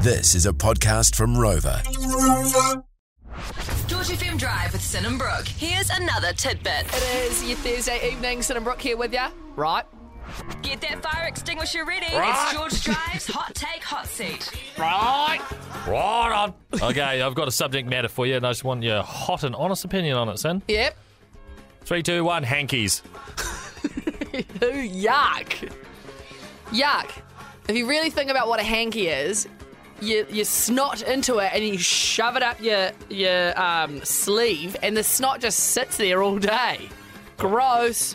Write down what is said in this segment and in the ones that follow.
This is a podcast from Rover. George FM Drive with Sin and Brooke. Here's another tidbit. It is your Thursday evening. Sin and Brooke here with you. Right. Get that fire extinguisher ready. It's George Drive's Hot Take Hot Seat. Right. Right on. Okay, I've got a subject matter for you, and I just want your hot and honest opinion on it, son. Yep. Three, two, one, hankies. Ooh, yuck. Yuck. If you really think about what a hanky is, you, you snot into it and you shove it up your your um, sleeve, and the snot just sits there all day. Gross.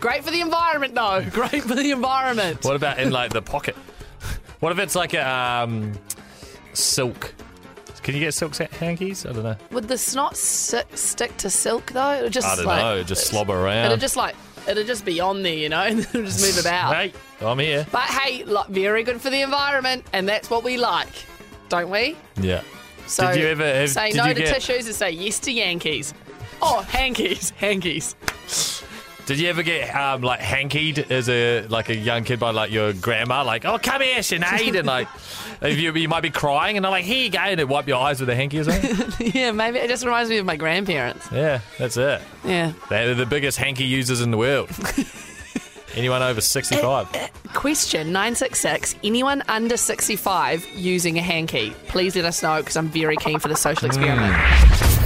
Great for the environment, though. Great for the environment. What about in like the pocket? What if it's like a um, silk? Can you get silk sa- hankies? I don't know. Would the snot sit, stick to silk though? It would just I don't like, know. Just slobber around. It'd just like it'd just be on there, you know, and it'd just move about. Hey, I'm here. But hey, like, very good for the environment, and that's what we like, don't we? Yeah. So Did you ever have- say did no you to get- tissues and say yes to Yankees? Oh, hankies, hankies. Did you ever get um, like hankied as a like a young kid by like your grandma? Like, oh, come here, Sinead, and like, if you you might be crying, and I'm like, here you go, and it wipe your eyes with a hanky or something. yeah, maybe it just reminds me of my grandparents. yeah, that's it. Yeah. They're the biggest hanky users in the world. Anyone over 65. Question 966 Anyone under 65 using a hanky? Please let us know because I'm very keen for the social experiment.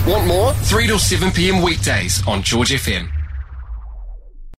Want more? 3 till 7 p.m. weekdays on George FM.